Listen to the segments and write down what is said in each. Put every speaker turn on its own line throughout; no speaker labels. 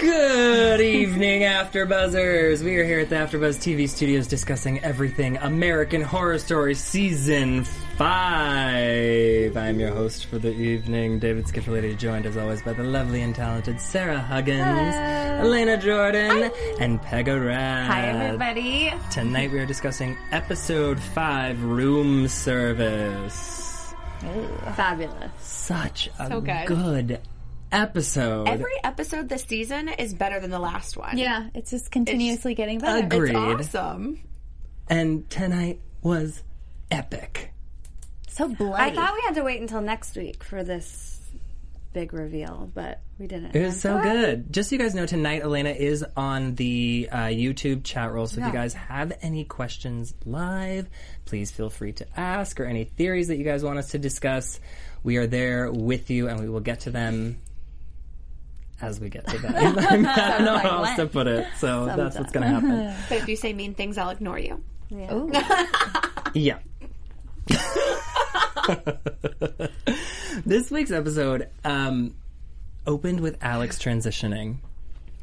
Good evening, After Buzzers. We are here at the AfterBuzz TV studios discussing everything American Horror Story Season 5. I'm your host for the evening, David Skifferlady, joined as always by the lovely and talented Sarah Huggins, Elena Jordan, and Pega Rad.
Hi, everybody.
Tonight we are discussing Episode 5, Room Service.
Fabulous.
Such a
So good.
episode.
Every episode this season is better than the last one.
Yeah, it's just continuously getting better.
Agreed.
Awesome.
and tonight was epic.
It's so
I
bloody.
thought we had to wait until next week for this big reveal, but we didn't.
It was so good. Just so you guys know, tonight Elena is on the uh, YouTube chat roll. So if you guys have any questions live, please feel free to ask or any theories that you guys want us to discuss. We are there with you, and we will get to them as we get to them. I don't know how else to put it. So that's what's going to happen.
but if you say mean things, I'll ignore you.
Yeah. this week's episode um, opened with Alex transitioning.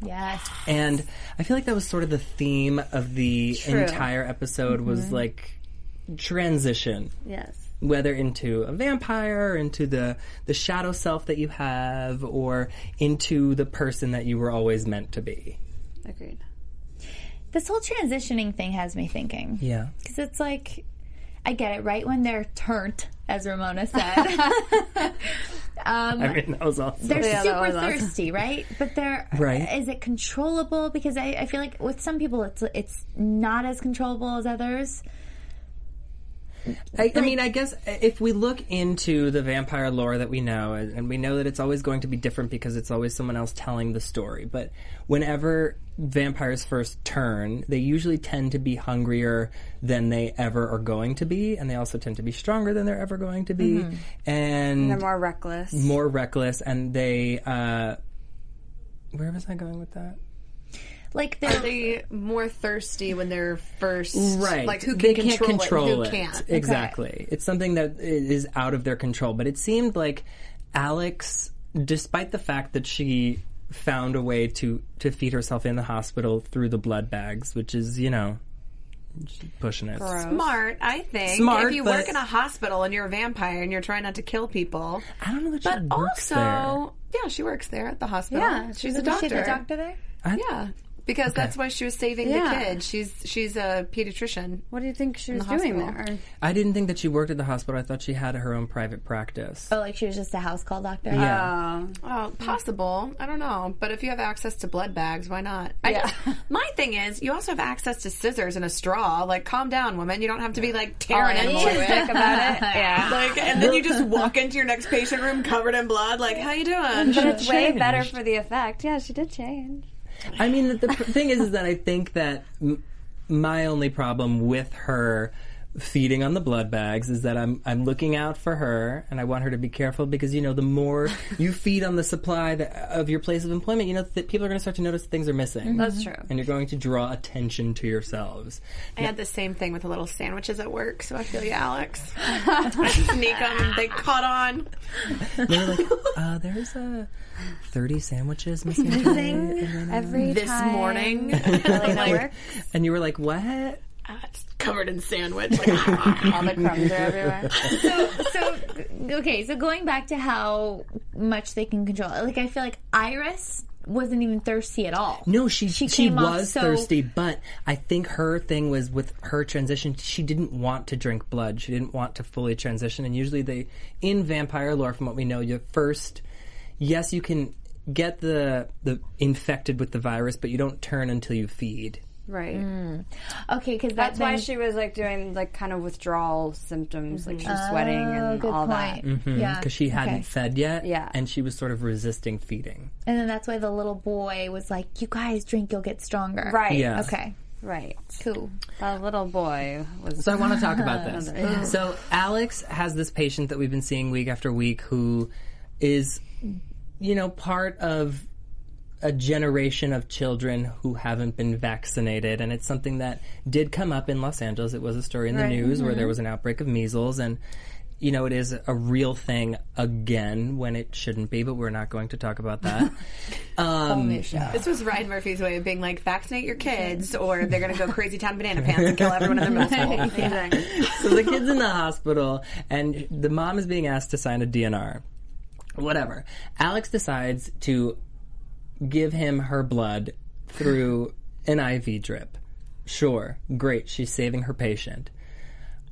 yes.
And I feel like that was sort of the theme of the entire episode was like transition,
Yes.
whether into a vampire, into the the shadow self that you have, or into the person that you were always meant to be.
Agreed.
This whole transitioning thing has me thinking.
Yeah,
Because it's like, I get it, right when they're turned, as Ramona said.
I mean that was awesome.
they're
Yeah, that
super
was awesome.
thirsty, right? But they're
Right.
Is it controllable? Because I, I feel like with some people, it's it's not as controllable as others.
I, I mean, I guess uh, if we look into the vampire lore that we know, and and we know that it's always going to be different because it's always someone else telling the story, but whenever vampires first turn, they usually tend to be hungrier than they ever are going to be, and they also tend to be stronger than they're ever going to be, and
Mm-hmm. They're more reckless.
more reckless, and they, uh, where was I going with that?
Like they're
They more thirsty when they're first,
right
Like who can
they
control,
can't control
it?
it,
and Who can't?
exactly it's something that i- is out of their control but it seemed like alex despite the fact that she found a way to to feed herself in the hospital through the blood bags which is you know she's pushing it
Smart, I think.
Smart,
if you
but-
work in a hospital and you're a vampire and you're trying not to kill people.
i don't know that
But
she works
also,
there
yeah, she works there at the hospital.
Yeah,
she's,
she's
a
a-
doctor.
she's a doctor
there.
Yeah, because that's why she was saving the
Yeah.
kid. She's she's a pediatrician.
What do you think she
was doing there?
i didn't think that she worked at the hospital i thought she had her own private practice
Oh, like she was just a house call doctor.
yeah
Oh, possible. I don't know. But if you have access to blood bags, why not? I, my thing is, you also have access to scissors and a straw. Like, calm down, woman. You don't have to be like tearing
Oh,
into
yeah.
it about it. Yeah. Like, and then you just walk into your next patient room covered in blood. Like, how you doing?
She
It's way
changed.
better for the effect. Yeah, she did change.
I mean, the, the pr- thing is, is that I think that m- my only problem with her feeding on the blood bags is that I'm I'm looking out for her and I want her to be careful because you know the more you feed on the supply that, of your place of employment, you know that people are going to start to notice that things are missing.
Mm-hmm.
That's true.
and you're going to draw attention to yourselves.
I had the same thing with the little sandwiches at work, so I feel you, Alex. I sneak them; they caught on.
They're like, uh, there's uh, 30 sandwiches missing. today, and then, uh,
Every
This
time
morning,
Elena works,
And you were like, what?
Ah, it's covered in sandwich. Like,
All the crumbs are everywhere.
so, Oh, so okay. So going back to how much they can control, like I feel like Iris wasn't even thirsty at all.
No, she she,
She came off
was
so-
thirsty, but I think her thing was with her transition. She didn't want to drink blood. She didn't want to fully transition. And usually, they in vampire lore, from what we know, your first yes, you can get the the infected with the virus, but you don't turn until you feed.
Right.
Okay, because
That's why she was like doing like kind of withdrawal symptoms, like she was sweating
Oh,
and all that.
Oh, Yeah,
because Mm-hmm, she hadn't
okay.
fed yet,
Yeah.
and she was sort of resisting feeding.
And then that's why the little boy was like, "You guys drink, you'll get stronger."
Right.
Yeah.
Okay.
Right.
Cool.
That little boy was
So I want to talk about this. So Alex has this patient that we've been seeing week after week who is, you know, part of a generation of children who haven't been vaccinated, and it's something that did come up in Los Angeles. It was a story in the news where there was an outbreak of measles and. You know, it is a real thing again when it shouldn't be, but we're not going to talk about that.
this was Ryan Murphy's way of being like, vaccinate your kids, or they're gonna go crazy town banana pants and kill everyone in their middle school.
so the kid's in the hospital, and the mom is being asked to sign a DNR. Whatever. Alex decides to give him her blood through an IV drip. Sure, great, she's saving her patient.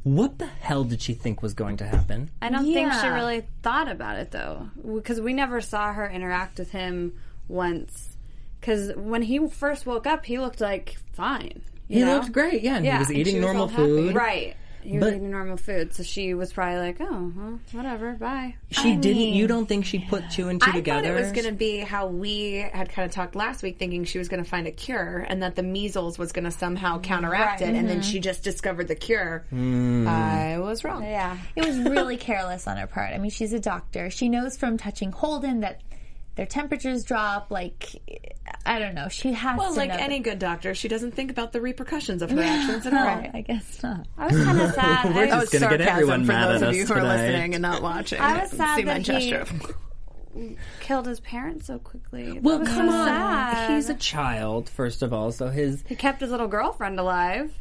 What the hell did she think was going to happen?
I don't think she
Yeah.
really thought about it though, because we never saw her interact with him once. Because when he first woke up, he looked like fine. you
He
know?
looked great, yeah, and he
Yeah,
was
and
eating
she was
normal
all happy.
food.
Right. He was
But-
eating normal food, so she was probably like, "Oh, well, whatever, bye."
She didn't. you don't think she put two and two
I
together?
thought it was going to be how we had kind of talked last week, thinking she was going to find a cure and that the measles was going to somehow counteract it, and then she just discovered the cure.
Hmm.
I was wrong.
Yeah.
It was really careless on her part. I mean, she's a doctor. She knows from touching Holden that their temperatures drop. Like, I don't know. She has
Well,
to
like
know
any
that-
good doctor, she doesn't think about the repercussions of her actions at all.
Right, I guess not.
I was kind of sad.
We're
I,
just gonna get everyone
for
mad
those
at
of you
us
who are
today.
listening and not watching.
I was sad
See my
that he-
gesture.
killed his parents so quickly. That
Well,
was
come
so
on.
sad.
He's a child, first of all, so his
he kept his little girlfriend alive.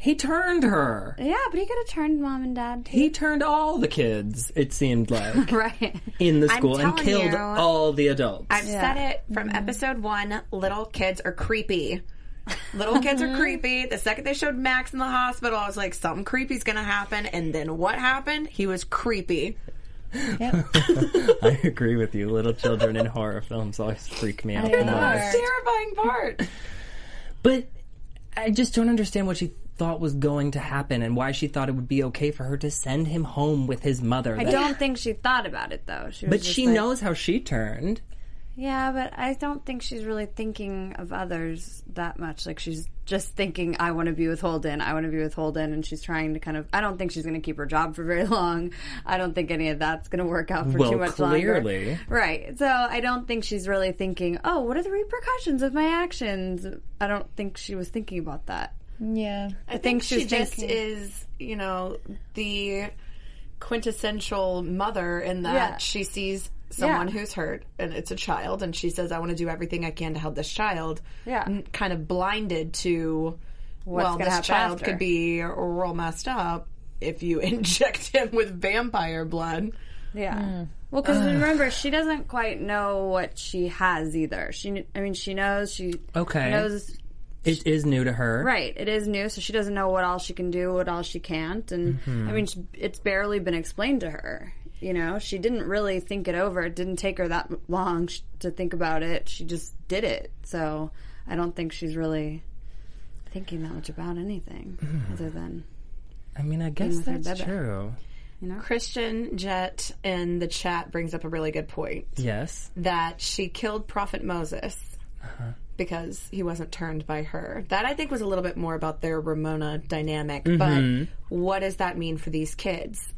he turned her.
Yeah, but he could have turned mom and dad. too.
He turned all the kids, it seemed like,
right.
in the school and
telling
killed
you.
all the adults.
I've said it from episode one little kids are creepy. Little kids are creepy. The second they showed Max in the hospital, I was like, something creepy's going to happen. And then what happened? He was creepy.
I agree with you. Little children in horror films always freak me out the most.
terrifying part.
But I just don't understand what she thought was going to happen and why she thought it would be okay for her to send him home with his mother.
I
That-
don't think she thought about it though. She was
but
just
she
like,
knows how she turned.
Yeah, but I don't think she's really thinking of others that much. Like she's just thinking, I want to be with Holden. I want to be with Holden, and she's trying to kind of. I don't think she's going to keep her job for very long. I don't think any of that's going to work out for
Well,
too much
clearly.
longer. Right. So I don't think she's really thinking. Oh, what are the repercussions of my actions? I don't think she was thinking about that.
Yeah.
I, think,
she
she's
just
thinking-
is, you know, the quintessential mother in that
Yeah.
she sees someone
Yeah.
who's hurt and it's a child and she says, I want to do everything I can to help this child.
Yeah.
N- Kind of blinded to,
What's
well,
gonna
this
happen
child
after.
could be real messed up if you inject him with vampire blood.
Yeah. Well, because remember, she doesn't quite know what she has either. She, kn- I mean, she knows she
Okay.
knows
It is new to her.
right. It is new, so she doesn't know what all she can do, what all she can't, and I mean, she, it's barely been explained to her. You know, she didn't really think it over. It didn't take her that m- long sh- to think about it. She just did it. So I don't think she's really thinking that much about anything other than
I mean, I guess
with her
that's
bebe.
true.
Christian Jet in the chat brings up a really good point.
Yes.
that she killed Prophet Moses because he wasn't turned by her. That I think was a little bit more about their Ramona dynamic. But what does that mean for these kids?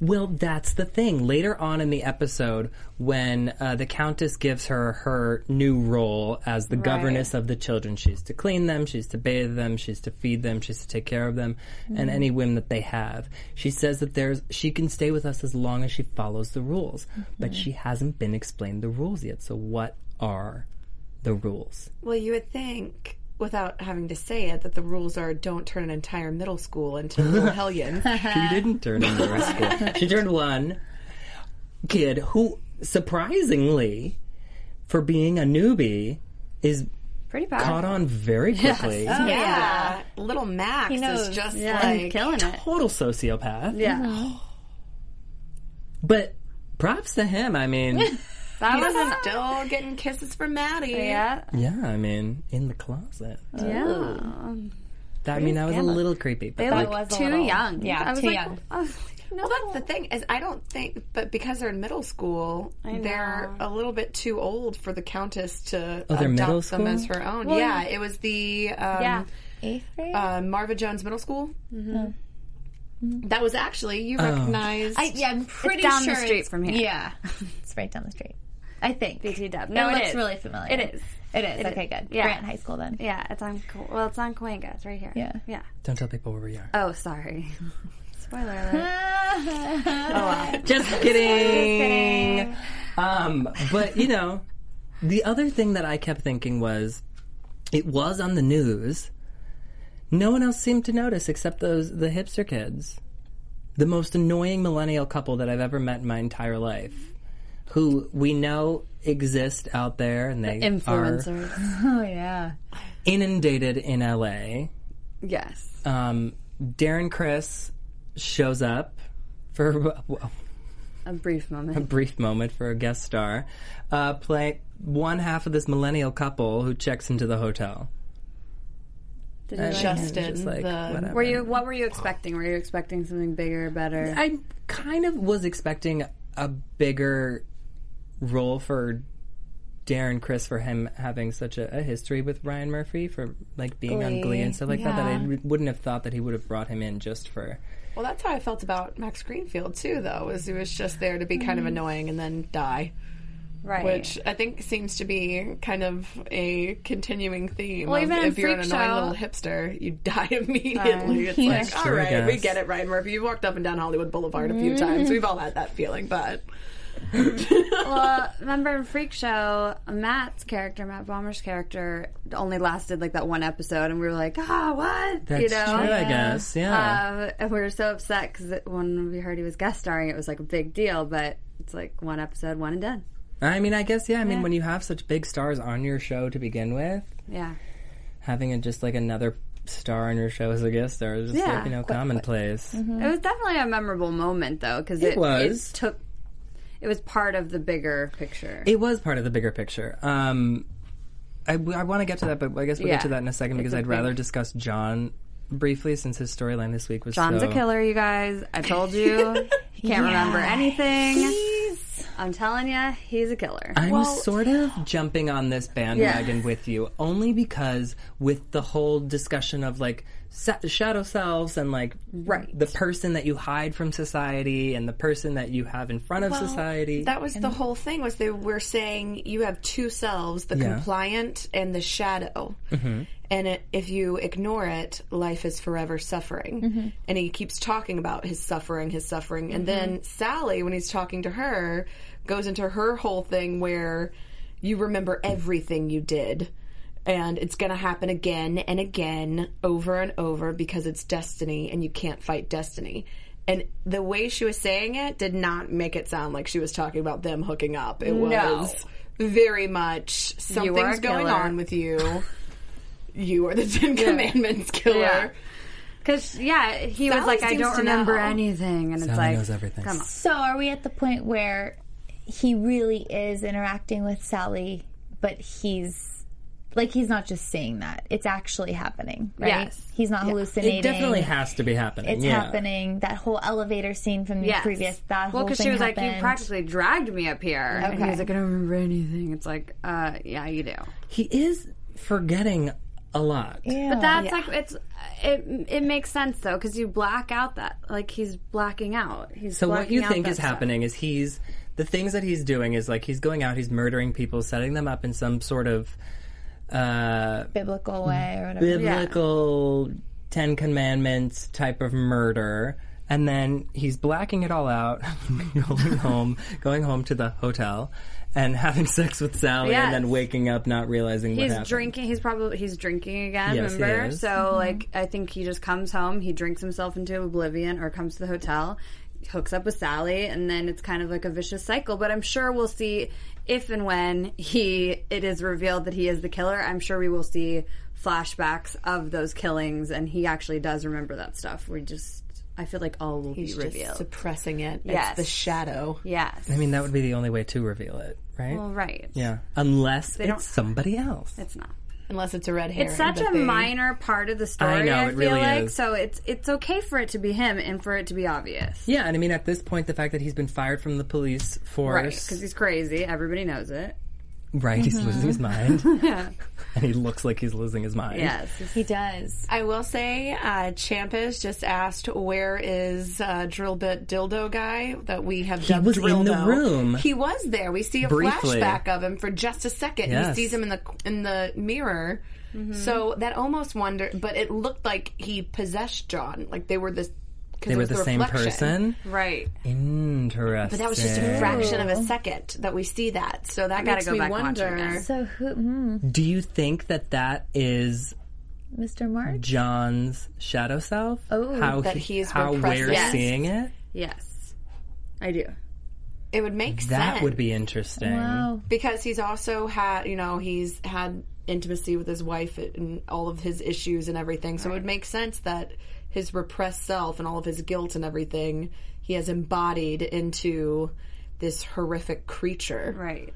Well, that's the thing. Later on in the episode, when uh, the Countess gives her her new role as the governess of the children, she's to clean them, she's to bathe them, she's to feed them, she's to take care of them, and any whim that they have. She says that there's she can stay with us as long as she follows the rules, but she hasn't been explained the rules yet. So, what are the rules?
Well, you would think without having to say it that the rules are don't turn an entire middle school into little hellions.
She didn't turn into a school. She turned one kid who, surprisingly, for being a newbie, is
Pretty powerful.
caught on very quickly.
Yeah. Little Max is
knows.
just
I'm
like
killing it.
Total sociopath.
Yeah.
But props to him. I mean,
That was
he's
an
still getting kisses from Maddie.
yeah.
yeah, I mean, in the closet.
Yeah.
That, I mean, that was a little creepy. But
That
like,
was a
Too
little-
young.
Yeah,
I was
too
like,
young.
I was like, no.
Well, that's the thing is I don't think, but because they're in middle school, they're a little bit too old for the Countess to
Oh, they're middle
adopt them
school?
as her own. yeah, it was the um,
Yeah.
Eighth grade?
uh, Marva Jones Middle School. That was actually you
Oh.
recognize.
I, yeah, I'm pretty
down the
sure
street
it's-
from here.
Yeah, it's right down the street. I think.
BT Dub. No,
it,
it
looks
is.
really familiar.
It is.
It is. okay, good.
Yeah.
Grant High School then.
Yeah, it's on. Co- Well, it's on Coenga. It's right here.
Yeah.
Yeah.
don't tell people where we are.
Oh, sorry. Spoiler alert.
Just kidding. Um, but you know, the other thing that I kept thinking was, it was on the news. No one else seemed to notice except those the hipster kids, the most annoying millennial couple that I've ever met in my entire life, who we know exist out there and they are
Influencers.
Oh yeah.
inundated in LA.
Yes.
Um, Darren Chris shows up for
A brief
a
moment.
brief moment for a guest star, uh, play one half of this millennial couple who checks into the hotel.
Did you like it?
Justin,
Just like,
the-
whatever.
Were you? What were you expecting? Were you expecting something bigger, better?
I kind of was expecting a bigger role for Darren Chris for him having such a, a history with Ryan Murphy for like being on Glee and stuff like that. That I re- wouldn't have thought that he would have brought him in just for.
well, that's how I felt about Max Greenfield too, though, is he was just there to be kind of annoying and then die.
right.
Which I think seems to be kind of a continuing theme. of
even in
if you're an
Freak
annoying
Show-
little hipster, you die immediately. it's like, all
Sure, I
right, we
guess.
get it, Ryan Murphy. You've walked up and down Hollywood Boulevard a few times. We've all had that feeling, but
well, remember in Freak Show, Matt's character, Matt Bomber's character, only lasted like that one episode, and we were like, ah, what?
That's
you know?
true, I guess. Yeah.
Um, and we were so upset because when we heard he was guest starring, it was like a big deal. But it's like one episode, one and done.
I mean, I guess yeah. I mean, when you have such big stars on your show to begin with,
Yeah,
having a, just like another star on your show as a guest star is just
Yeah,
like you know commonplace.
it was definitely a memorable moment though because it,
was.
it took. It was part of the bigger picture.
It was part of the bigger picture. Um, I, want to get to that, but I guess we'll
Yeah.
get to that in a second because
a
I'd rather
big-
discuss John briefly since his storyline this week was
John's
so-
a killer, you guys. I told you. He can't remember anything.
He's
I'm telling you, he's a killer.
I'm sort of jumping on this bandwagon with you only because with the whole discussion of like sa- shadow selves and like
Right.
the person that you hide from society and the person that you have in front of society.
that was the whole thing. Was they were saying you have two selves: the compliant and the shadow.
Mm-hmm.
And it, if you ignore it, life is forever suffering.
Mm-hmm.
And he keeps talking about his suffering, his suffering. And
Mm-hmm.
then Sally, when he's talking to her, goes into her whole thing where you remember everything you did. And it's going to happen again and again, over and over, because it's destiny and you can't fight destiny. And the way she was saying it did not make it sound like she was talking about them hooking up. It was very much
are
something's
a
going
killer.
on with you. You are the Ten Commandments killer.
Yeah. Because yeah, he was
Sally
like, I
seems
don't
to
remember
know.
anything, and it's
Sally
like,
knows everything.
Come on,
so are we at the point where he really is interacting with Sally, but he's like he's not just saying that; it's actually happening. Right?
Yes.
he's not hallucinating.
It definitely has to be happening.
It's
yeah.
happening. That whole elevator scene from the
Yes.
previous that
Well,
whole
because
thing
she was like,
happened.
"You practically dragged me up here," and he
Okay.
was like, "I don't remember anything." It's like, uh, yeah, you do.
He is forgetting a lot.
Yeah.
But that's like it's it it makes sense though because you black out that like he's blacking out. He's
So what
blacking
you
out
think
that
is
stuff.
happening is he's the things that he's doing is like he's going out, he's murdering people, setting them up in some sort of uh,
biblical way or whatever.
biblical Ten Commandments type of murder. And then he's blacking it all out, going home, going home to the hotel, and having sex with Sally,
Yes.
and then waking up not realizing what
He's
happened.
drinking. He's probably he's drinking again.
Yes, he
remember?
is. Mm-hmm.
So like I think he just comes home. He drinks himself into oblivion, or comes to the hotel, hooks up with Sally, and then it's kind of like a vicious cycle. But I'm sure we'll see if and when he it is revealed that he is the killer. I'm sure we will see flashbacks of those killings, and he actually does remember that stuff. We just I feel like all will
He's
be
just
revealed.
suppressing it.
Yes.
It's the shadow.
yes.
I mean, that would be the only way to reveal it, right?
well, right.
yeah, unless
don't-
it's somebody else.
It's not.
Unless it's a red hair.
It's such a minor part of the story.
I
I,
know, it
feel
really
like
is.
so. It's it's okay for it to be him and for it to be obvious,
Yeah, and I mean at this point, the fact that he's been fired from the police
right?
force,
Because he's crazy. Everybody knows it.
right,
Mm-hmm.
He's losing his mind, and he looks like he's losing his mind.
Yes,
He does.
I will say, uh, Champas just asked, "Where is uh, drill bit dildo guy that we have dubbed
was
Drildo?"
in the room.
He was there. We see a
Briefly.
flashback of him for just a second.
Yes.
He sees him in the in the mirror. So that almost wonder, but it looked like he possessed John. Like they were the
they were the, same person.
right.
Interesting.
That was just a fraction of a second that we see that. So that
gotta
makes
go
me
back and watch it
wonder.
again.
So who, hmm,
Do you think that that is
Mr. March?
John's shadow self?
Oh.
how
That
he,
he is
how we're
repressing. Yes.
seeing it.
Yes, I do.
It would make
That
sense.
would be interesting.
Wow.
because he's also had you know he's had intimacy with his wife and all of his issues and everything so it would make sense that his repressed self and all of his guilt and everything he has embodied into this horrific creature
Right.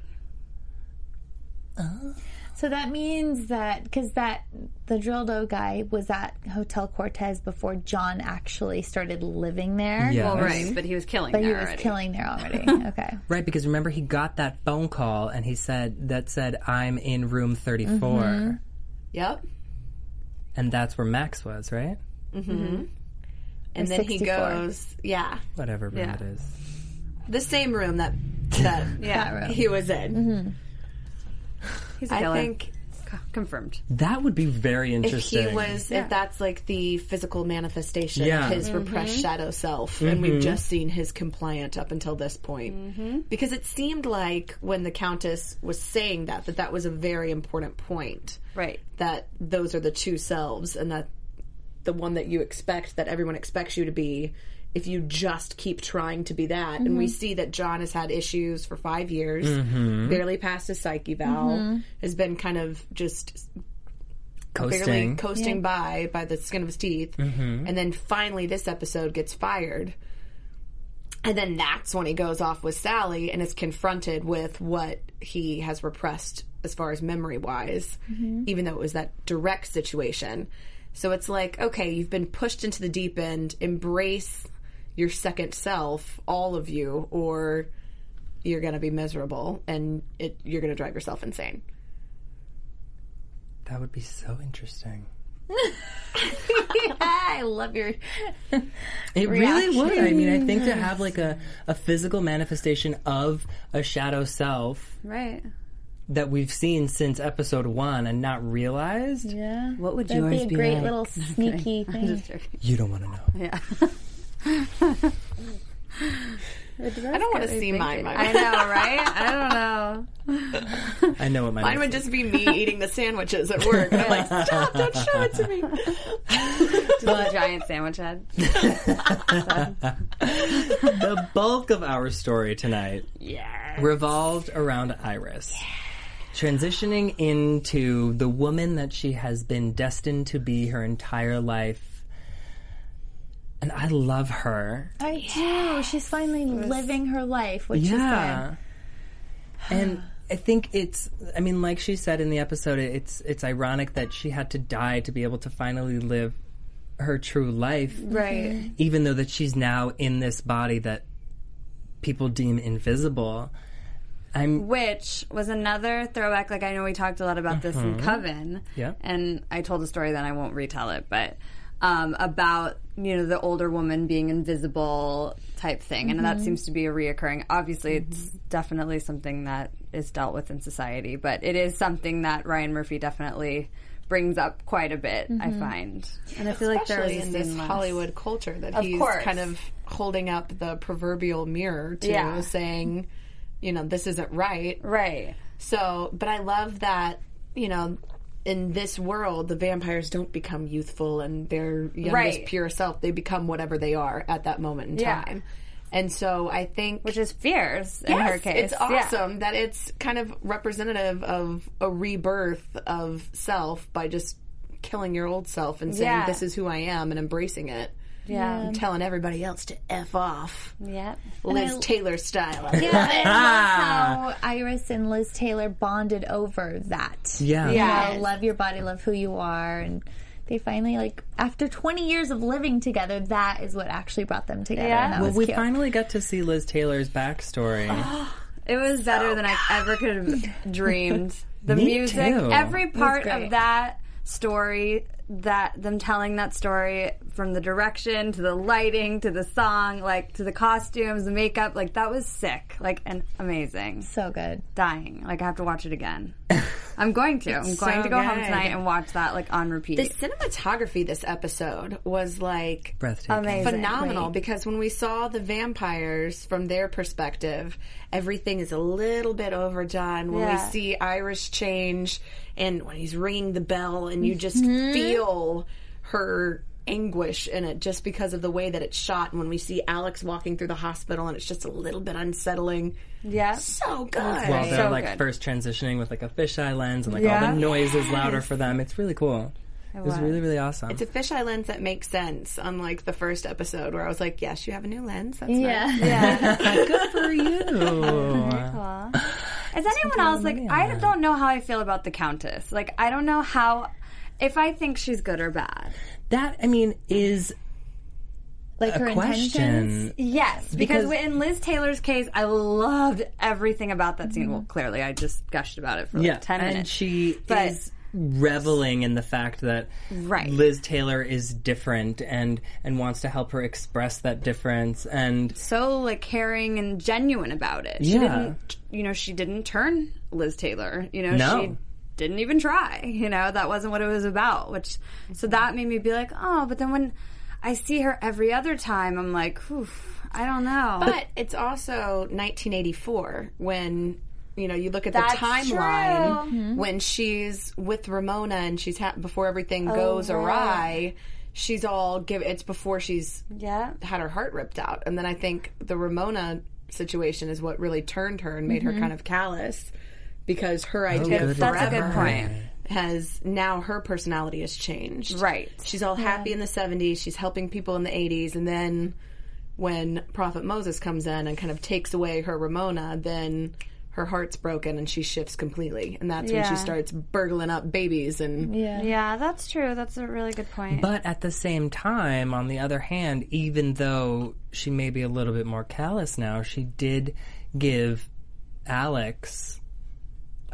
So that means that because that the Drildo guy was at Hotel Cortez before John actually started living there.
Yes.
Well, right. But he was killing.
But he
there
was
already.
killing there already. Okay.
Right, because remember he got that phone call and he said that said I'm in room 34
Mm-hmm. yep
and that's where Max was, right?
and then he
64.
goes yeah
Whatever room it is.
the same room that that
Yeah,
he was in
he's a killer.
i think
Co- confirmed.
That would be very
if
interesting.
he was if that's like the physical manifestation
Yeah. Mm-hmm.
of his repressed shadow self and we've just seen his compliant up until this point because it seemed like when the countess was saying that that that was a very important point
Right.
that those are the two selves and that the one that you expect that everyone expects you to be if you just keep trying to be that and we see that john has had issues for five years
Mm-hmm.
barely passed his psyche eval has been kind of just barely
coasting.
coasting by by the skin of his teeth, and then finally this episode gets fired, and then that's when he goes off with Sally and is confronted with what he has repressed as far as memory wise,
Mm-hmm.
even though it was that direct situation. So it's like, okay, you've been pushed into the deep end. Embrace your second self, all of you, or you're going to be miserable and it, you're going to drive yourself insane.
that would be so interesting.
I love your.
It really would. I mean, I think to have like a, a physical manifestation of a shadow self
Right.
that we've seen since episode one and not realized,
Yeah.
What would
That'd
yours
be a
be
great
like?
little sneaky thing.
you don't want to know.
I don't want to see mine. my-
I know, right? I don't know.
I know what my
Mine would just be me eating the sandwiches at work. I'm like, stop, don't show it to me.
Just a giant sandwich head.
the bulk of our story tonight revolved around Iris. Transitioning into the woman that she has been destined to be her entire life. And I love her.
I do. She's finally living her life, which is
And I think it's. I mean, like she said in the episode, it's it's ironic that she had to die to be able to finally live her true life,
Right.
even though that she's now in this body that people deem invisible. I'm
Which was another throwback. Like I know we talked a lot about this in Coven.
Yeah.
And I told a story that I won't retell it, but um, about you know the older woman being invisible type thing, and that seems to be a reoccurring. Obviously, it's definitely something that is dealt with in society, but it is something that Ryan Murphy definitely brings up quite a bit. I find, Mm-hmm. and I feel like there
Especially
is
in this Hollywood culture that he's
course.
kind of holding up the proverbial mirror to
Yeah.
saying, you know, this isn't right.
right?
So, but I love that, you know, in this world, the vampires don't become youthful and their youngest
Right.
pure self. They become whatever they are at that moment in
Yeah.
time. And so I think
Which is fierce in her case.
it's
Yeah.
awesome that it's kind of representative of a rebirth of self by just killing your old self and saying
Yeah.
this is who I am and embracing it.
Yeah.
And telling everybody else to F off.
Yep.
Liz Taylor style. I
Yeah, I love how Iris and Liz Taylor bonded over that.
yeah.
You know, love your body, love who you are, and they finally like after 20 years of living together, that is what actually brought them together.
Yeah.
and that
Well,
was
uh, we
cute.
finally got to see Liz Taylor's backstory.
Uh-huh. It was better than I ever could have dreamed. The
Me
music,
too.
every part
great.
of that story, that them telling that story from the direction to the lighting to the song, like to the costumes, the makeup, like that was sick, like and amazing.
so good.
Dying, like I have to watch it again. I'm going to. I'm going
so
to go home
good.
tonight and watch that like on repeat.
The cinematography this episode was like
Breathtaking.
Amazing.
phenomenal because when we saw the vampires from their perspective, everything is a little bit overdone. When
Yeah.
we see Iris change and when he's ringing the bell and you just feel her anguish in it just because of the way that it's shot and when we see Alex walking through the hospital and it's just a little bit unsettling.
yeah.
So good.
While they're
So
like
good.
first transitioning with like a fisheye lens and like all
Yeah.
the noise is louder for them. It's really cool. It, was.
was.
really really awesome.
It's a fisheye lens that makes sense, unlike the first episode where I was like, "Yes, you have a new lens. That's nice."
Yeah.
good for you.
Is anyone else like I don't know how I feel about the Countess. Like I don't know how if I think she's good or bad.
that I mean is
Like her
a
intentions.
question.
Yes, because,
Because-
in Liz Taylor's case, I loved everything about that scene. Well, clearly, I just gushed about it for like
Yeah,
10
and
minutes.
she
But-
is reveling in the fact that
Right.
Liz Taylor is different and and wants to help her express that difference and
so, like, caring and genuine about it. She
Yeah.
didn't, you know, she didn't turn Liz Taylor. You know,
No.
she didn't even try. You know, that wasn't what it was about. Which, so that made me be like, oh, but then when I see her every other time, I'm like, Whew, I don't know.
But it's also 1984 when you know you look at the
That's Mm-hmm.
timeline when she's with Ramona and she's ha- before everything
Oh,
goes awry. She's all give. It's before she's
yeah.
had her heart ripped out, and then I think the Ramona situation is what really turned her and made
Mm-hmm.
her kind of callous because her idea of
good
forever
That's a good point.
has now her personality has changed.
Right.
She's all happy in the 70s. She's helping people in the 80s. And then when Prophet Moses comes in and kind of takes away her Ramona, then her heart's broken and she shifts completely. And that's when
Yeah.
she starts burgling up babies and
Yeah, that's true. That's a really good point.
But at the same time, on the other hand, even though she may be a little bit more callous now, she did give Alex.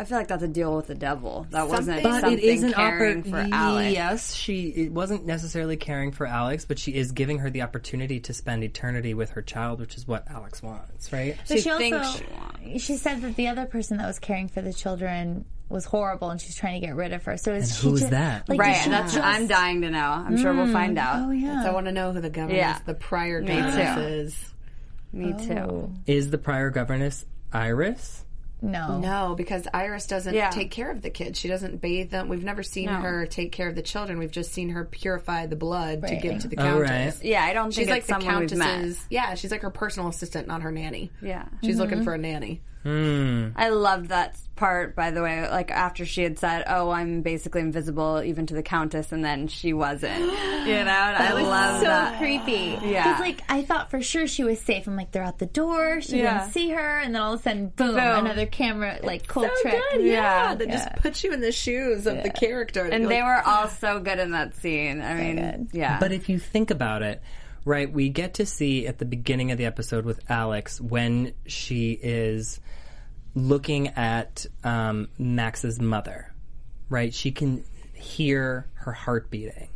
I feel like that's a deal with the devil. That wasn't
But it
something
an
caring
oppor-
for Alex.
Yes, she it wasn't necessarily caring for Alex, but she is giving her the opportunity to spend eternity with her child, which is what Alex wants, right?
But she
thinks
also she said that the other person that was caring for the children was horrible, and she's trying to get rid of her. So is she
who's
just,
that?
Like,
Right,
does she
that's
just-
I'm dying to know. I'm sure we'll find out.
Oh yeah.
I want to know who the governess,
Yeah.
the prior
too.
governess is.
Me
Oh.
too.
Is the prior governess Iris?
no.
No, because Iris doesn't
Yeah.
take care of the kids. She doesn't bathe them. We've never seen her take care of the children. We've just seen her purify the blood to
Right.
give to the
Oh,
countess.
right.
Yeah, I don't
She's
think
like
it's
the
someone we've met.
countess's. Yeah, she's like her personal assistant, not her nanny.
Yeah. Mm-hmm.
She's looking for a nanny.
I loved that part, by the way. Like after she had said, "Oh, I'm basically invisible even to the Countess," and then she wasn't. You know, and I love
so
that.
creepy.
Yeah.
Because, like, I thought for sure she was safe. I'm like, they're out the door. She
Yeah.
didn't see her. And then all of a sudden, boom, another camera, like, cool trick.
good, yeah.
Yeah.
They just put you in the shoes of the character,
And
You're
they
like,
were all so good in that scene. I mean, yeah.
But if you think about it, right, we get to see at the beginning of the episode with Alex when she is looking at um, Max's mother, right? She can hear her heart beating.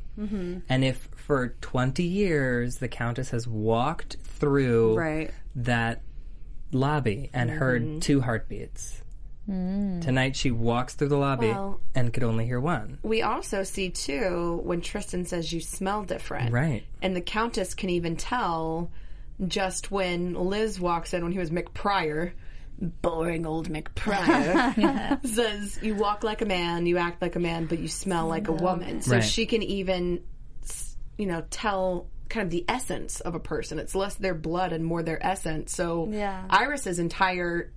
And if for 20 years the Countess has walked through
Right.
that lobby and heard two heartbeats. Tonight she walks through the lobby and could only hear one.
we also see too when Tristan says you smell different,
Right.
And the Countess can even tell just when Liz walks in when he was McPryor, boring old McPryor, says you walk like a man, you act like a man, but you smell like a woman. So
Right.
she can even, s- you know, tell kind of the essence of a person. It's less their blood and more their essence. So
Yeah.
Iris's entire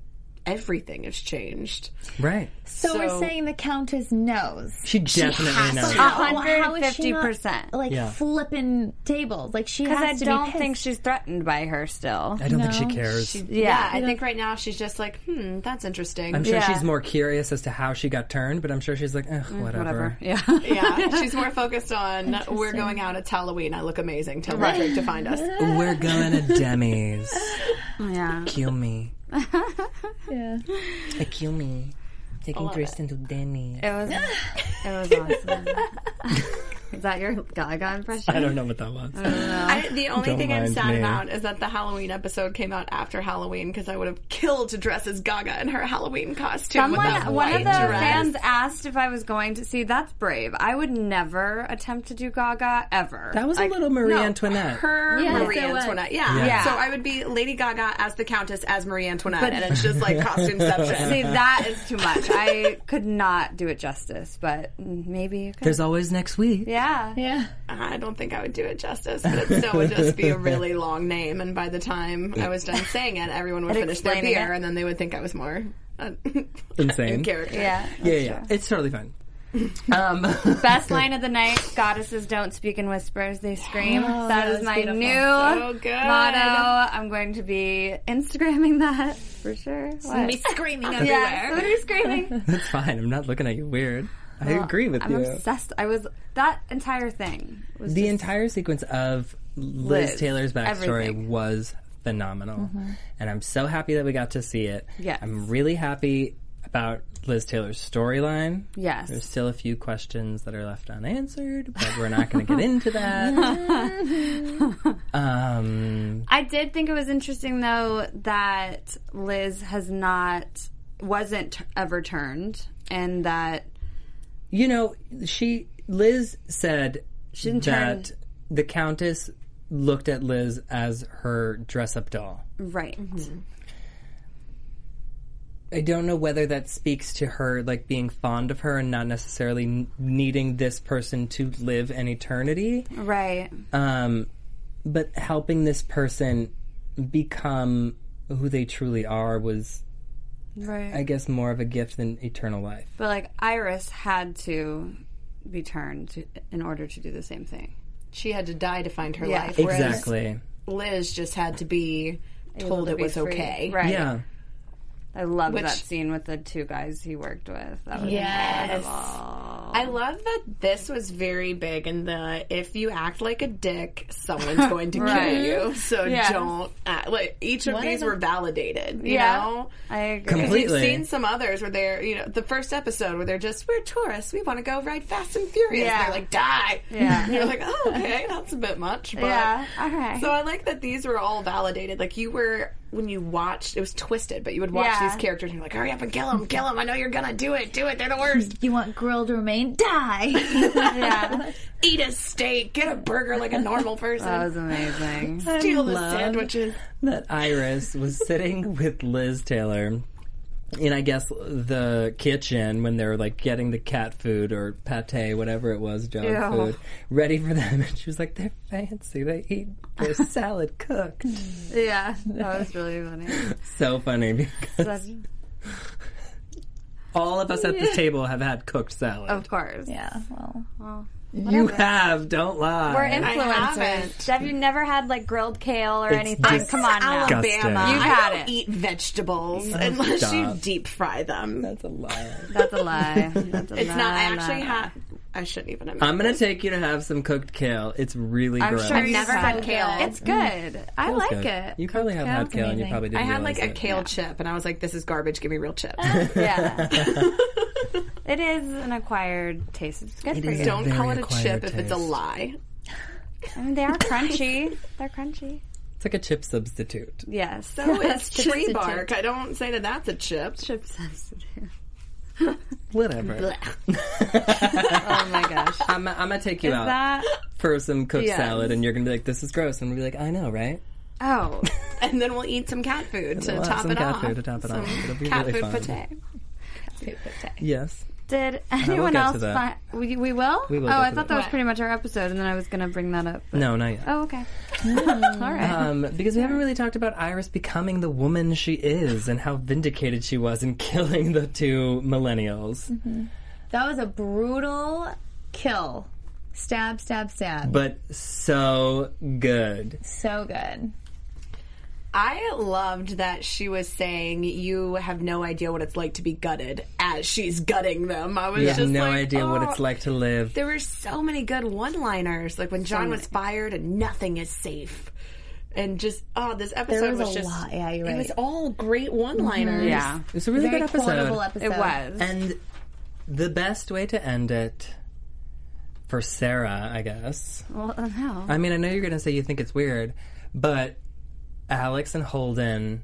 everything has changed.
Right.
So, we're saying the countess knows.
She definitely knows.
to know. How is she not,
150%.
Like,
Yeah.
flipping tables. Like, she
because I
has to
don't
be pissed.
think she's threatened by her still.
I don't think she cares.
Yeah,
yeah,
I think right now she's just like, hmm, that's interesting.
I'm sure
Yeah.
she's more curious as to how she got turned, but I'm sure she's like, Ugh, whatever.
whatever. Yeah.
yeah, she's more focused on we're going out. It's Halloween. I look amazing. Tell Patrick to find us.
We're going to Demi's.
yeah.
Kill me. yeah. Kill me. Taking Tristan to Demi.
It was it was awesome. Is that your Gaga impression?
I don't know what that was.
I, the only
Don't
thing I'm
mind
sad
me.
about is that the Halloween episode came out after Halloween because I would have killed to dress as Gaga in her Halloween costume. with that
Someone, one of
white
the
dress.
fans asked if I was going to see. That's brave. I would never attempt to do Gaga ever.
That was a
Like,
little Marie Antoinette.
Her
Yes,
Marie
it was.
Antoinette, yeah.
Yeah.
So I would be Lady Gaga as the Countess as Marie Antoinette, and it's just like costumeception.
See, that is too much. I could not do it justice, but maybe you could.
There's always next week.
Yeah.
Yeah.
I don't think I would do it justice, but it still would just be a really long name. And by the time I was done saying it, everyone would finish their
explaining
beer,
it.
and then they would think I was more uh,
Insane.
in character.
Yeah.
yeah, yeah. It's totally fine. Um,
Best line of the night Goddesses don't speak in whispers, they scream. that is
was
my
beautiful.
new
So good.
motto. I'm going to be Instagramming that for sure. What?
Me screaming
Yeah,
everywhere.
somebody screaming.
that's fine. I'm not looking at you weird. I agree with
I'm
you.
obsessed. I was that entire thing was
The entire sequence of Liz,
Liz,
Taylor's backstory
everything. Mm-hmm.
was phenomenal. And I'm so happy that we got to see it.
Yes.
I'm really happy about Liz Taylor's storyline.
Yes.
There's still a few questions that are left unanswered, but we're not going to get into that. um,
I did think it was interesting though that Liz has not wasn't t- ever turned and that
you know, she Liz said
didn't turn-
that the Countess looked at Liz as her dress-up doll.
right.
I don't know whether that speaks to her like being fond of her and not necessarily n- needing this person to live an eternity,
Right.
um, but helping this person become who they truly are was,
Right.
I guess, more of a gift than eternal life.
but like Iris had to be turned to, in order to do the same thing.
She had to die to find her
Yeah.
life, whereas
Exactly.
Liz just had to be told
to
it
be
was
free.
okay.
Right.
Yeah.
I love
Which-
that scene with the two guys he worked with. That was
I love that this was very big in the if you act like a dick, someone's going to kill you. So
Yes.
don't act like each of these were validated, you
Yeah.
know?
I agree.
We've
Completely.
seen some others where they're, you know, the first episode where they're just, we're tourists, we want to go ride Fast and Furious.
Yeah.
They're like, die.
Yeah.
You're like, oh, okay, that's a bit much. But
Yeah. All right.
So I like that these were all validated. Like you were, when you watched, it was twisted, but you would watch
Yeah.
these characters and you're like, hurry up and kill them, kill them. I know you're going to do it, do it. They're the worst.
You want grilled romaine? Die.
yeah.
Eat a steak, get a burger like a normal person.
That was amazing.
Steal the sandwiches.
that Iris was sitting with Liz Taylor in I guess the kitchen when they're like getting the cat food or pate, whatever it was, dog
Ew.
food, ready for them, and she was like, "They're fancy. They eat their salad cooked."
Yeah, that was really funny.
So funny because
That's-
all of us at this table have had cooked salad.
of course.
Yeah, well,
you have. Don't lie.
We're influencers.
haven't.
Have you never had like grilled kale or anything?
just
Come on now.
Disgusting.
Alabama.
You've
I
had
don't
it.
eat vegetables unless
stop.
you deep fry them.
That's a lie.
That's a lie. That's a
It's
lie,
not. I
lie,
actually
lie.
have. I shouldn't even. Admit
I'm gonna take you to have some cooked kale. It's really
I'm
gross.
sure
It's
you've
never had kale.
It's good. I like
good.
it.
You probably have had kale, and you
amazing.
probably didn't.
I had like a
realize it.
kale chip, and I was like, "This is garbage. Give me real chips."
Yeah. it is an acquired taste. It's good for you.
is. Yeah,
Don't
very
call it a
acquired
chip if it's a
taste.
lie.
I mean, they are crunchy. They're crunchy.
It's like a chip substitute.
Yes.
So Oh, it's tree bark. I don't say that that's a chip.
Chip sensitive.
Whatever.
Oh my gosh.
I'm, I'm gonna take you out
That
for some cooked
Yes.
salad, and you're gonna be like, "This is gross," and I'm gonna be like, "I know, right?"
oh
And then we'll eat some cat food to
We'll have
top
some
it
cat
off.
food to top it off. It'll be
cat
really
food
fun.
pate.
Yes.
did anyone
get to
else
that.
find we, we will?
We will
oh,
get
I
to that.
thought that was pretty much our episode and then I was gonna bring that up. but-
No, not yet.
Oh okay. All right.
Um, because we haven't really talked about Iris becoming the woman she is and how vindicated she was in killing the two millennials.
Mm-hmm.
that was a brutal kill. Stab, stab, stab.
But so good.
so good.
I loved that she was saying, "You have no idea what it's like to be gutted." As she's gutting them, I was
You
just
have no
like,
idea what
"Oh."
it's like to live.
There were so many good one-liners, like when John was fired and nothing is safe, and just oh, this episode
There was, a
just
lot. Yeah, you're
it
right.
was all great one-liners.
Mm-hmm.
Yeah.
It was a really
very
good episode.
quotable episode.
It was.
And the best way to end it for Sarah, I guess.
well uh, no.
I mean, I know you're going to say you think it's weird, but Alex and Holden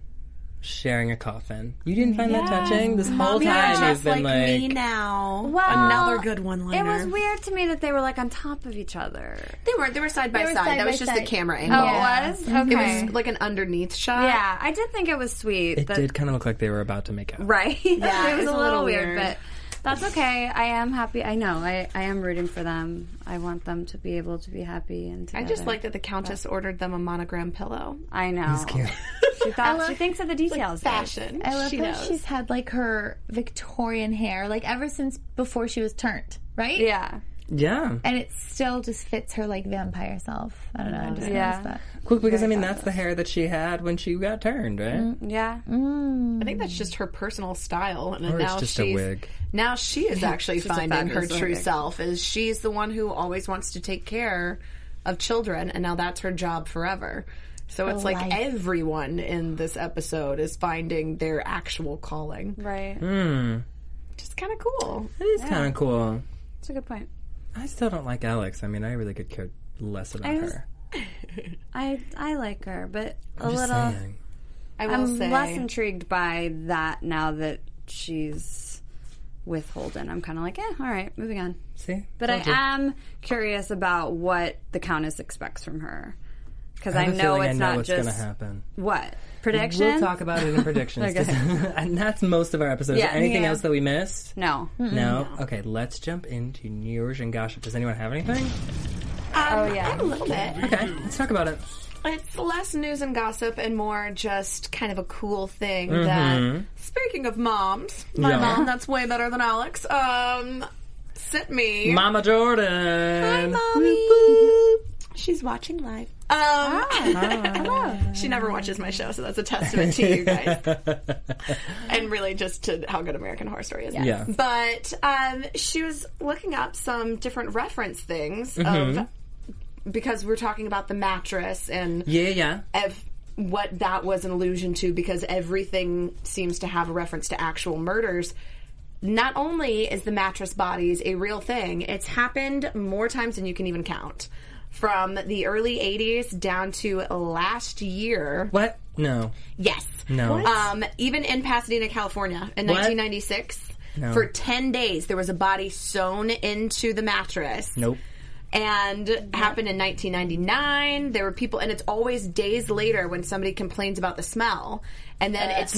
sharing a coffin. You didn't find that touching? This whole
We are
time you've
just like,
been like,
me now.
Well,
Another good one-liner.
It was weird to me that they were like on top of each other.
They weren't. They were side by
were
side.
side
That
by
was just
side.
the camera angle.
Oh, it was? Okay.
It was like an underneath shot.
yeah, I did think it was sweet.
it
that-
did kind of look like they were about to make out.
Right.
Yeah,
it was a little weird,
weird.
but that's okay. I am happy. I know. I, I am rooting for them. I want them to be able to be happy and
I
together.
just like that the Countess ordered them a monogram pillow.
I know. She thought she thinks of the details. babe.
Fashion.
I love
she
how
knows.
she's had like her Victorian hair, like ever since before she was turned, right?
Yeah.
Yeah.
And it still just fits her like vampire self. I don't know. I just
Yeah.
noticed that.
Cool, because I mean, that's the hair that she had when she got turned, right?
Yeah.
I think that's just her personal style, and
Or it's
now
just a
she's
wig.
now she is actually
a
finding her
fabulous
true
wig.
self. Is she's the one who always wants to take care of children, and now that's her job forever. So it's like
life.
everyone in this episode is finding their actual calling.
Right.
Mm.
Just kind of cool.
It is kind of cool.
That's a good point.
I still don't like Alex. I mean, I really could care less about
just-
her.
I I like her, but a
Just
little.
saying.
I will
I'm
say
less intrigued by that now that she's with Holden. I'm kind of like, eh, all right, moving on.
See?
But I am curious about what the Countess expects from her because I,
have a
know
feeling
it's
I know
not
what's
just
gonna happen.
what prediction.
We'll talk about it in predictions, 'cause- and that's most of our episodes.
Yeah.
Anything
Yeah.
else that we missed?
No.
Mm-hmm.
No. Okay, let's jump into yours and gossip. Does anyone have anything?
oh yeah, a little bit.
Okay, let's talk about it.
It's less news and gossip and more just kind of a cool thing that, speaking of moms, my
Mm-hmm. Yeah.
mom, that's way better than Alex, um, sent me.
Mama
Hi,
Jordan.
mommy. She's watching live. Ah. Um, she never watches my show, so that's a testament to you guys. and really just to how good American Horror Story is.
Yeah.
But um, she was looking up some different reference things
Mm-hmm.
of. Because we're talking about the mattress and
Yeah, yeah.
ev- what that was an allusion to because everything seems to have a reference to actual murders. Not only is the mattress bodies a real thing, it's happened more times than you can even count. From the early 80s down to last year.
What? No.
Yes.
No. What?
Um, even in Pasadena, California, in 1996, for 10 days, there was a body sewn into the mattress.
Nope.
and happened in 1999. There were people, and it's always days later when somebody complains about the smell. And then it's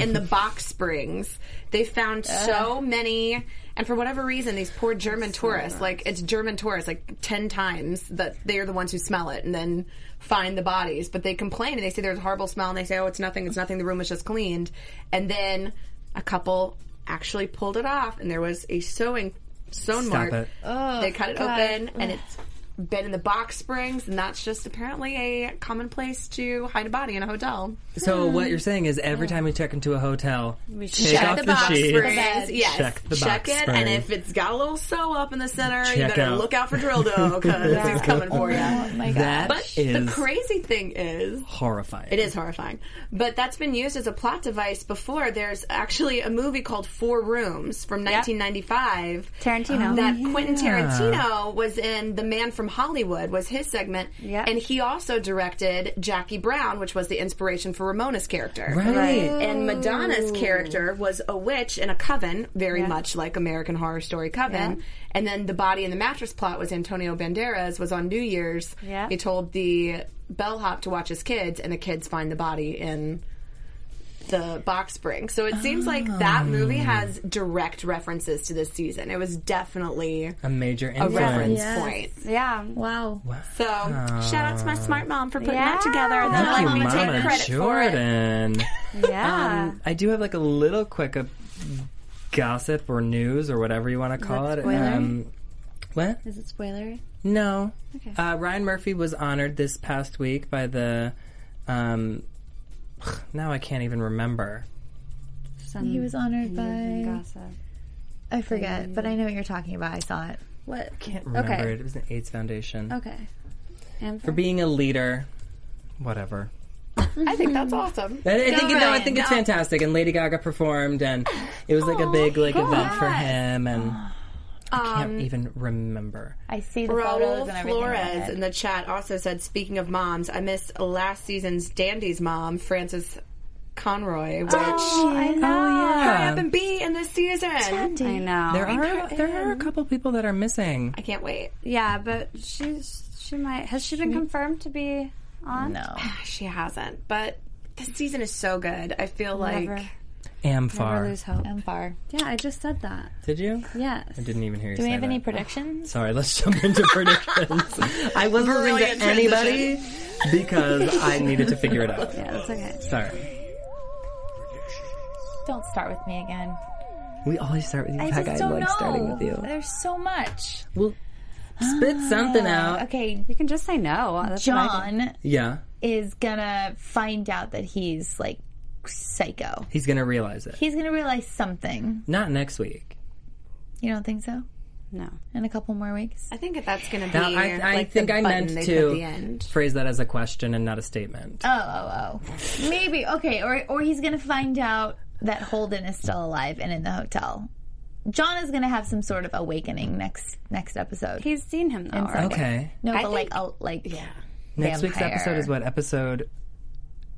in the box springs. They found so many, and for whatever reason, these poor German tourists, like it's German tourists, like 10 times that they are the ones who smell it and then find the bodies. But they complain and they say there's a horrible smell, and they say, oh, it's nothing, it's nothing, the room was just cleaned. And then a couple actually pulled it off, and there was a sewing sewn
Stop
mark.
it.
they cut it open, and it's been in the box springs, and that's just apparently a common place to hide a body in a hotel.
So what you're saying is every time we check into a hotel, we take
Hmm. check
off
the,
the,
box
sheets.
springs. Yes,
Check the
check
box
it,
spring.
and if it's got a little sew up in the center, you
Check
better
out.
look out for Dildo because he's coming for you.
Oh my
That
But the
is
crazy thing is,
horrifying.
It is horrifying. But that's been used as a plot device before. There's actually a movie called Four Rooms from 1995.
Tarantino.
That
Oh, yeah.
Quentin Tarantino was in The Man from Hollywood was his segment.
Yep.
And he also directed Jackie Brown, which was the inspiration for Ramona's character.
Right.
And Madonna's character was a witch in a coven, very much like American Horror Story Coven. And then the body in the mattress plot was Antonio Banderas was on New Year's.
Yeah.
He told the bellhop to watch his kids, and the kids find the body in the box spring. So it seems like
Oh.
that movie has direct references to this season. It was definitely
A major
a
influence.
reference point.
Yeah.
Um,
Wow.
So shout out to my smart mom for putting that
Yeah.
together and then
Thank
Thank
letting
you,
me
Mama
take credit for it.
Jordan.
Yeah.
Um, I do have like a little quick uh, gossip or news or whatever you want to call it.
spoiler?
Um, what?
Is it spoilery?
No. Uh, Ryan Murphy was honored this past week by the. Um, now I can't even remember.
Some,
He was honored by.
Gossip.
I forget, but I know what you're talking about. I saw it.
what?
Can't remember
Okay.
it. It was an AIDS Foundation
Okay. And
for being a leader. Whatever.
I think that's awesome.
I, I think no, I
Ryan,
think it's
no.
fantastic. And Lady Gaga performed, and it was like a big like event for him. And I can't even remember.
I see the photos and
Raul
everything.
Flores in the chat also said, speaking of moms, I missed last season's Dandy's mom, Frances Conroy, which
Oh,
hurry up and be in this season.
Oh, I know.
There are there are a couple people that are missing.
I can't wait.
yeah, but she's she might has she been confirmed to be on?
No.
She hasn't, but this season is so good. I feel like
Never. Never
Amfar.
lose hope.
I'm far.
Yeah, I just said that.
Did you?
Yes.
I didn't even hear you.
Do we
say
have any
that.
predictions?
Sorry, let's jump into predictions. I wasn't listening
Brilliant
to anybody because I needed to figure it out.
Yeah, it's okay.
Sorry.
Don't start with me again.
We always start with you,
I
Becca.
just
I
don't
like
know.
starting with you.
There's so much.
Well, spit something out.
Okay,
You can just say no. That's what I think.
John
Yeah,
is gonna find out that he's like psycho.
he's gonna realize it.
He's gonna realize something.
Not next week.
You don't think so?
No.
In a couple more weeks?
I think that that's going to be.
Now, I, I
like, the
think I
button
meant
they put at the
to
end.
phrase that as a question and not a statement.
Oh, oh, oh. Maybe. Okay, or or he's gonna find out that Holden is still alive and in the hotel. John is gonna have some sort of awakening next next episode.
He's seen him though.
Inside.
already.
okay.
No, but like a, like yeah.
Next week's episode is what episode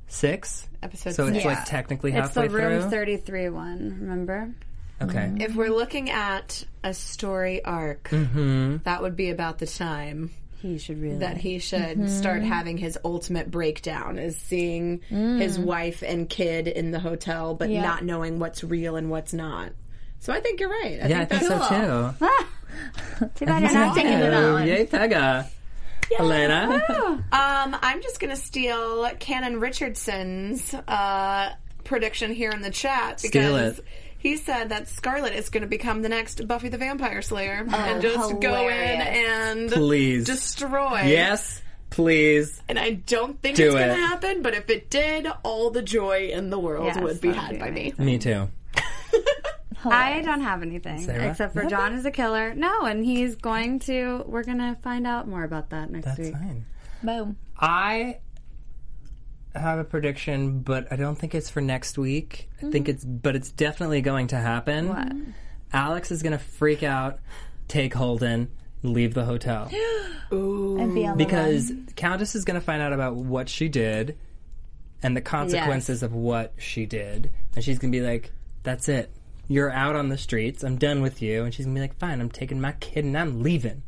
six.
Episode
so it's
six.
like technically
It's
halfway
the room
through.
33 one, remember?
okay.
If we're looking at a story arc,
Mm-hmm.
that would be about the time.
He should really.
that he should start having his ultimate breakdown is seeing his wife and kid in the hotel but not knowing what's real and what's not so i think you're right i
Yeah, I
think
think
that's
so too.
Too Ah. bad you're not taking it.
Oh, yay, Pega. Elena.
um i'm just gonna steal canon richardson's uh prediction here in the chat
Steal
because
it.
he said that Scarlet is going to become the next Buffy the Vampire Slayer and just go in and
Please.
destroy.
Yes, please.
And I don't think
Do
it's going
it.
to happen, but if it did, all the joy in the world
Yes,
would be
that'd
had
be
by me.
Me too.
I don't have anything except for John is a killer. No, and he's going to. We're gonna find out more about that next
That's
week.
fine.
boom.
I have a prediction, but I don't think it's for next week.
Mm-hmm.
I think it's, but it's definitely going to happen. What? Alex is going to freak out, take Holden, leave the hotel.
And be on the
Because Countess is going to find out about what she did and the consequences of what she did. And she's going to be like, that's it. You're out on the streets. I'm done with you. And she's going to be like, fine, I'm taking my kid and I'm leaving.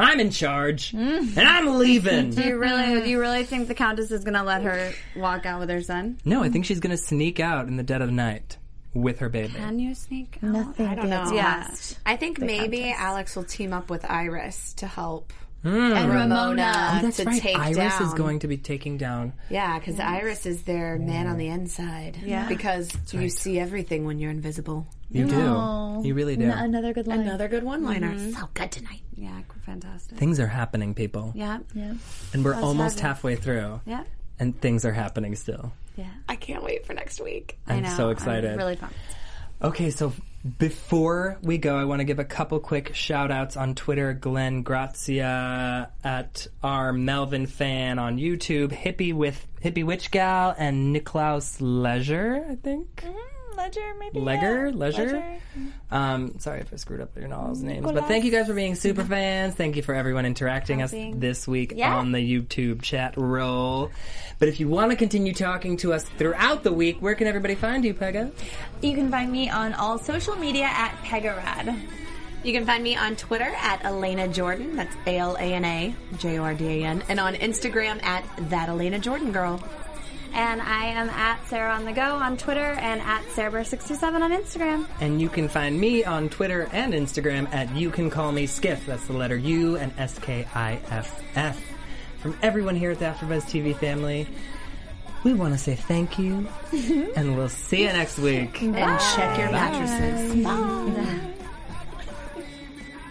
I'm in charge, and I'm leaving.
Do you really? Do you really think the Countess is gonna let her walk out with her son?
No, I think she's gonna sneak out in the dead of night with her baby.
Can you sneak? Out?
Nothing I
don't know.
Yeah.
I think maybe Alex will team up with Iris to help
And
Ramona
Ramona.
That's
to
right.
take
Iris
down.
is going to be taking down.
Yeah, because Iris is their man on the inside. Yeah, because you see everything when you're invisible.
You
No.
do. You really do.
Oh. N- another good line.
Another Mm-hmm. good one-liner.
So good tonight. Yeah, fantastic.
Things are happening, people,
Yeah, yeah,
and we're almost
having-
halfway through,
yeah.
and things are happening still.
I can't wait for next week.
I'm
I know.
so excited.
really pumped.
Okay, so before we go, I want to give a couple quick shout outs on Twitter. Glenn Grazia at our Melvin fan on YouTube, Hippie with Hippie Witch Gal, and Niklaus Leisure, I think.
Mm-hmm.
Ledger, maybe.
Legger, Leisure. Um, sorry if I screwed up your all's names, but thank you guys for being super fans. Thank you for everyone interacting us this week on the YouTube chat roll. But if you want to continue talking to us throughout the week, where can everybody find you, Pega?
You can find me on all social media at Pegarad.
You can find me on Twitter at Elena Jordan. That's A L A N A J O R D A N, and on Instagram at that Elena Jordan girl.
And I am at Sarah on the Go on Twitter and at Sarahburr67 on Instagram.
And you can find me on Twitter and Instagram at You Can Call Me Skiff. That's the letter U and S K I F F. From everyone here at the AfterBuzz TV family, we want to say thank you, and we'll see you next week.
And check your mattresses.